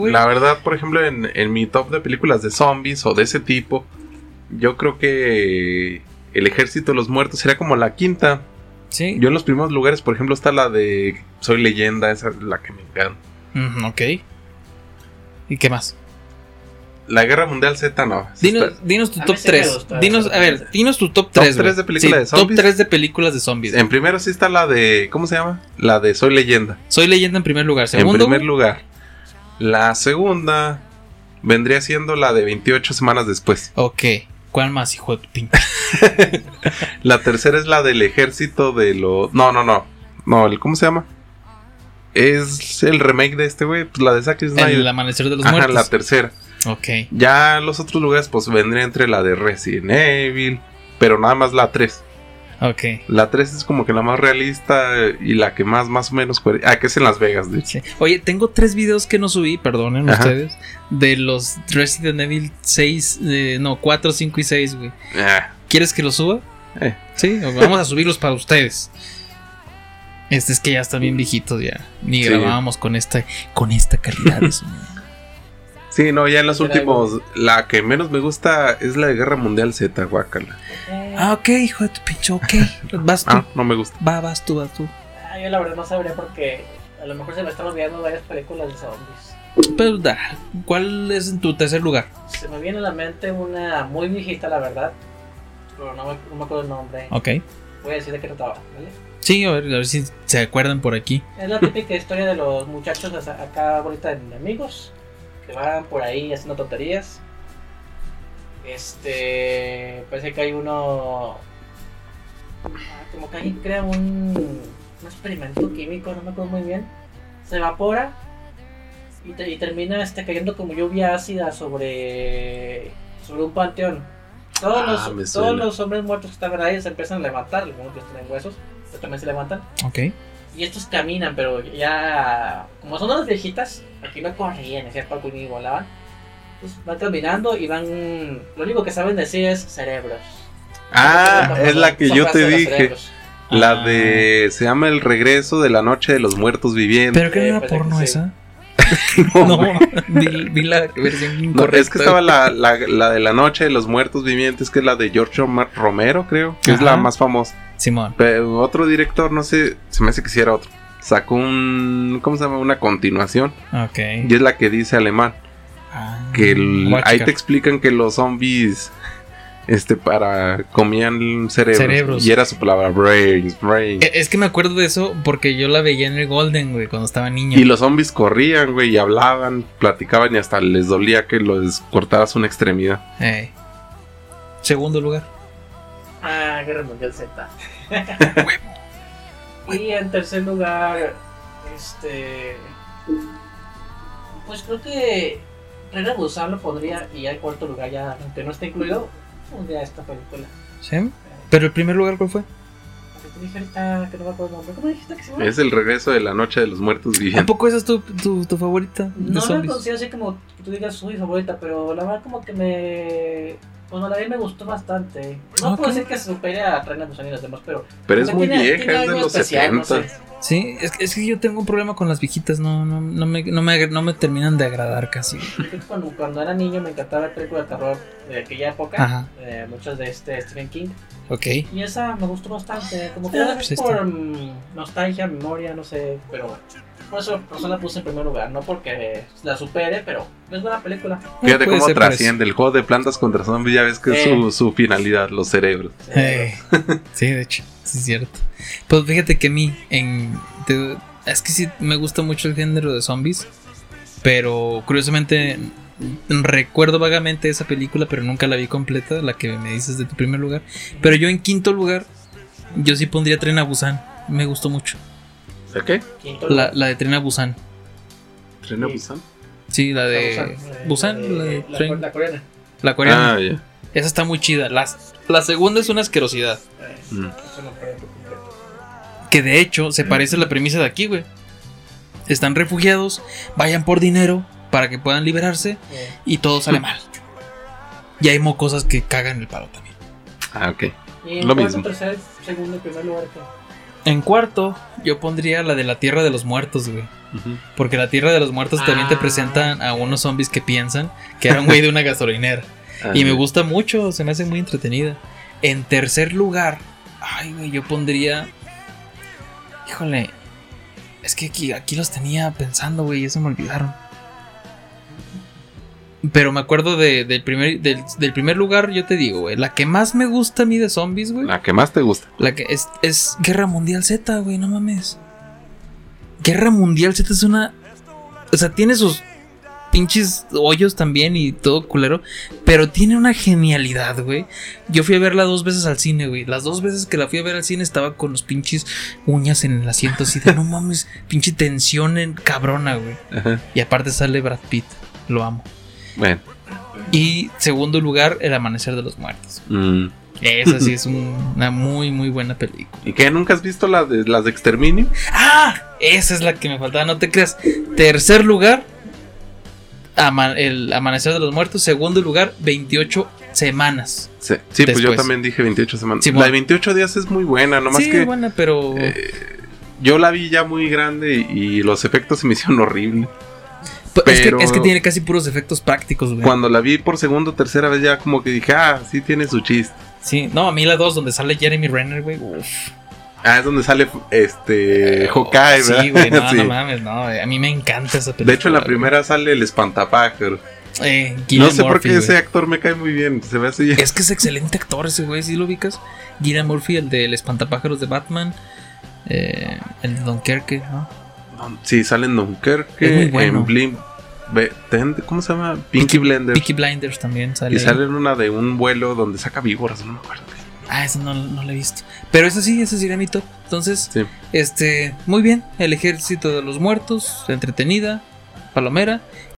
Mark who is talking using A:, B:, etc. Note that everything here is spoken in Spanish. A: güey.
B: La verdad, por ejemplo, en, en mi top de películas de zombies o de ese tipo, yo creo que El Ejército de los Muertos sería como la quinta.
A: Sí.
B: Yo en los primeros lugares, por ejemplo, está la de Soy Leyenda, esa es la que me encanta.
A: Ujú, Mm, ok. ¿Y qué más?
B: La Guerra Mundial Z no. esa
A: Dinos,
B: está-
A: dinos tu
C: A mí
A: top
C: sí me
A: 3.
C: gusta
A: Dinos,
C: esa
A: a ver,
C: película.
A: dinos tu top
B: Top
A: 3.
B: tres de películas de
A: Top
B: zombies. Em.
A: 3 de películas de zombies.
B: En primero sí está la de. ¿Cómo se llama? La de Soy Leyenda.
A: Soy leyenda en primer lugar. Segundo,
B: en primer
A: güey,
B: lugar. La segunda vendría siendo la de 28 semanas después.
A: Ok. ¿Cuál más, hijo de tu pinche?
B: La tercera es la del ejército de los. No, no, no. No, el ¿cómo se llama? Es el remake de este güey, pues la de Zack Snyder.
A: El amanecer de los
B: Ajá,
A: muertos.
B: la tercera.
A: ok.
B: Ya los otros lugares, pues vendría entre la de Resident Evil. Pero nada más la 3.
A: Ok.
B: La 3 es como que la más realista eh, y la que más, más o menos. coher- Ah, que es en Las Vegas, de hecho.
A: Sí. Oye, tengo tres videos que no subí, perdonen
B: Ajá.
A: ustedes, de los Resident Evil 6, eh, no, 4, 5 y 6, güey.
B: Ah,
A: ¿Quieres que los suba?
B: Eh.
A: Sí, o vamos a subirlos para ustedes. Este es que ya están bien viejitos ya. Ni
B: Sí.
A: grabábamos con esta con esta calidad de sonido.
B: Sí, no, ya en los
C: Era
B: últimos. La que menos me gusta es la de Guerra Mundial Z, guacala.
A: Ah, ok, hijo de tu pinche, ok. Vas tú.
B: Ah, no me gusta.
A: Va, vas tú, vas tú.
C: Ah, yo la verdad no sabría porque a lo mejor se me están olvidando varias películas de zombies.
A: Pero da, ¿cuál es en tu tercer lugar?
C: Se me viene a la mente una muy viejita, la verdad. Pero no me, no me acuerdo el nombre.
A: Ok.
C: Voy a decir de qué trataba, ¿vale?
A: Sí, a ver, a ver si se acuerdan por aquí.
C: Es la típica historia de los muchachos de esa- acá ahorita de amigos que van por ahí haciendo tonterías. Este parece que hay uno ah, como que alguien crea un, un experimento químico, no me acuerdo muy bien. Se evapora y, te- y termina este, cayendo como lluvia ácida sobre sobre un panteón. Todos,
B: Ah, me
C: los,
B: suena.
C: todos los hombres muertos que estaban ahí se empiezan a levantar, algunos que tienen huesos, pero también se levantan.
A: Ok.
C: Y estos caminan, pero ya. Como son unas viejitas, aquí no corrían, hacían poco ni volaban. Pues van caminando y van. Lo único que saben decir es cerebros.
B: Ah,
C: Esa
B: es la que
C: esa
B: yo
C: frase
B: te
C: de los
B: dije.
C: cerebros.
A: Ah.
B: La de. Se llama El regreso de la noche de los muertos vivientes.
A: Pero que no
C: Eh,
A: era
C: parece que
A: porno
C: sí.
A: esa.
B: No,
A: No, vi, vi la versión
B: no,
A: incorrecta.
B: es que estaba la, la- la de la noche de los muertos vivientes, que es la de George Omar- Romero, creo, que es la
A: Ajá.
B: más famosa.
A: Simón.
B: Pero otro director, no sé, se me hace que sí era otro. Sacó un. ¿Cómo se llama? Una continuación.
A: Ok.
B: Y es la que dice alemán.
A: Ah,
B: que el-
A: voy a
B: ahí
A: checar.
B: te explican que los zombies este para comían cerebros,
A: Cerebros.
B: y era su palabra brains brains
A: Eh, Es que me acuerdo de eso porque yo la veía en el Golden, güey, cuando estaba niño.
B: y los zombies corrían güey y hablaban platicaban y hasta les dolía que los cortaras una extremidad
A: Ey. Eh, Segundo lugar.
C: Ah, Guerra Mundial Z. y en tercer lugar, este. Pues creo que. Reina Busan lo podría. Y ya en cuarto lugar, ya, aunque no esté incluido, pondría esta película. Eh,
A: ¿Sí? Pero el primer lugar, ¿cuál fue?
C: Lo que te dije ahorita, que no me acuerdo el nombre. ¿Cómo dijiste que se llama?
B: es el regreso de la noche de los muertos
A: ¿A
B: vivientes
A: poco esa es tu, tu, tu favorita? de
C: No la
A: zombies?
C: considero así como que tú digas soy favorita, pero la verdad como que me... Cuando la vi me gustó bastante. No
A: Ok.
C: puedo decir que se supere a Reina Busan y los demás, pero...
A: Ah,
B: pero es muy
C: tiene-
B: vieja
C: tiene
B: es de
C: algo
B: los
C: especial,
B: 70
C: no sé.
A: Sí, es, que- es que yo tengo un problema con las viejitas. No, no, no, me, no, me, agra- no me terminan de agradar casi.
C: Yo creo que Cuando, cuando era niño me encantaba el película de terror de aquella época.
B: Ah.
A: Ajá.
C: eh, muchas de este Stephen King.
A: Ok.
C: Y esa me gustó bastante. Como que
A: Ah,
C: era
A: pues ahí está.
C: por mm, nostalgia, memoria, no sé. Pero por eso, por eso la puse en primer lugar. No porque la supere, pero es buena película.
B: Fíjate
A: Puede
B: cómo
A: ser por eso.
B: trasciende el juego de plantas contra zombies, ya ves que es
C: Eh.
B: su, su finalidad, los cerebros. Eh,
A: Ey. Sí, de hecho, sí es cierto. Pues fíjate que a mí, en, te- es que sí me gusta mucho el género de zombies, pero curiosamente mm, recuerdo vagamente esa película, pero nunca la vi completa, la que me dices de tu primer lugar. Pero yo en quinto lugar, yo sí pondría Tren a Busan, me gustó mucho.
B: ¿De qué?
C: Quinto
A: La, la de Tren a Busan,
B: ¿Tren a
C: Sí.
B: Busan?
A: sí, la de Busan, la, de
C: Eh, la,
A: Tren-
C: la coreana.
A: la coreana.
B: Ah, ya.
A: Esa está muy chida. La, la segunda es una asquerosidad.
C: Eh,
B: Mm.
C: eso no fue por completo.
A: Que de hecho se parece a la premisa de aquí, güey. Están refugiados, vayan por dinero para que puedan liberarse
C: Eh,
A: y todo sale mal. Y hay mocosas que cagan el palo también.
B: Ah, ok.
C: Y en
B: Lo
C: cuarto,
B: mismo.
C: tercer, segundo y primer lugar que.
A: En cuarto, yo pondría la de la Tierra de los Muertos, güey.
B: Ujú.
A: Porque la Tierra de los Muertos también te
C: Ah.
A: presentan a unos zombies que piensan que era un güey de una gasolinera. Y me gusta mucho, se me hace muy entretenida. En tercer lugar, ay, güey, yo pondría. Híjole, es que aquí, aquí los tenía pensando, güey, ya se me olvidaron. Pero me acuerdo de- del, primer, del, del primer lugar, yo te digo, güey, la que más me gusta a mí de zombies, güey.
B: La que más te gusta.
A: La que es, es Guerra Mundial Z, güey, no mames. Guerra Mundial Z es una. O sea, tiene sus pinches hoyos también y todo culero. Pero tiene una genialidad, güey. Yo fui a verla dos veces al cine, güey. Las dos veces que la fui a ver al cine estaba con los pinches uñas en el asiento así de no mames. Pinche tensión en cabrona, güey.
B: Ajá.
A: Y aparte sale Brad Pitt. Lo amo.
B: Bueno.
A: Y segundo lugar, El Amanecer de los Muertos.
B: Mm.
A: Esa sí es un- una muy, muy buena película.
B: ¿Y qué? ¿Nunca has visto la de, las de Exterminio?
A: ¡Ah! Esa es la que me faltaba, no te creas. Tercer lugar, ama- el Amanecer de los Muertos. Segundo lugar, 28 semanas.
B: Sí, sí, pues yo
A: Después.
B: también dije 28 semanas.
A: Simón.
B: la de 28 días es muy buena, nomás
A: sí,
B: que
A: buena, pero.
B: eh, yo la vi ya muy grande y, y los efectos se me hicieron horribles.
A: P- es, que,
B: pero-
A: es que tiene casi puros efectos prácticos, güey.
B: Cuando la vi por segunda o tercera vez ya como que dije, ah, sí tiene su chiste.
A: Sí, no, a mí la 2, donde sale Jeremy Renner, güey. Uf.
B: Ah, es donde sale este
A: Eh,
B: Hawkeye, ¿verdad?
A: Sí, güey, no,
B: Sí.
A: no mames, no. A mí me encanta esa película.
B: de hecho, en la
A: güey.
B: primera sale el espantapájaro.
A: Eh,
B: no
A: Cillian
B: sé por
A: Murphy,
B: qué
A: güey.
B: ese actor me cae muy bien. Se me hace ya-
A: Es que es excelente actor ese güey, si lo ubicas. Guillermo Murphy, el del Espantapájaros de Batman. eh, el de Dunkerque, ¿no?
B: Sí, sale en
A: Es muy
B: Dunkerque,
A: bueno.
B: en Blim... Be- Tend- ¿Cómo se llama? Pinky Blender.
A: Peaky Blinders también sale.
B: Y sale en una de un vuelo donde saca víboras, no me acuerdo.
A: Ah, eso no, no lo he visto. Pero eso sí, eso sí era mi top. Entonces,
B: Sí.
A: este, muy bien. El ejército de los muertos, entretenida, palomera.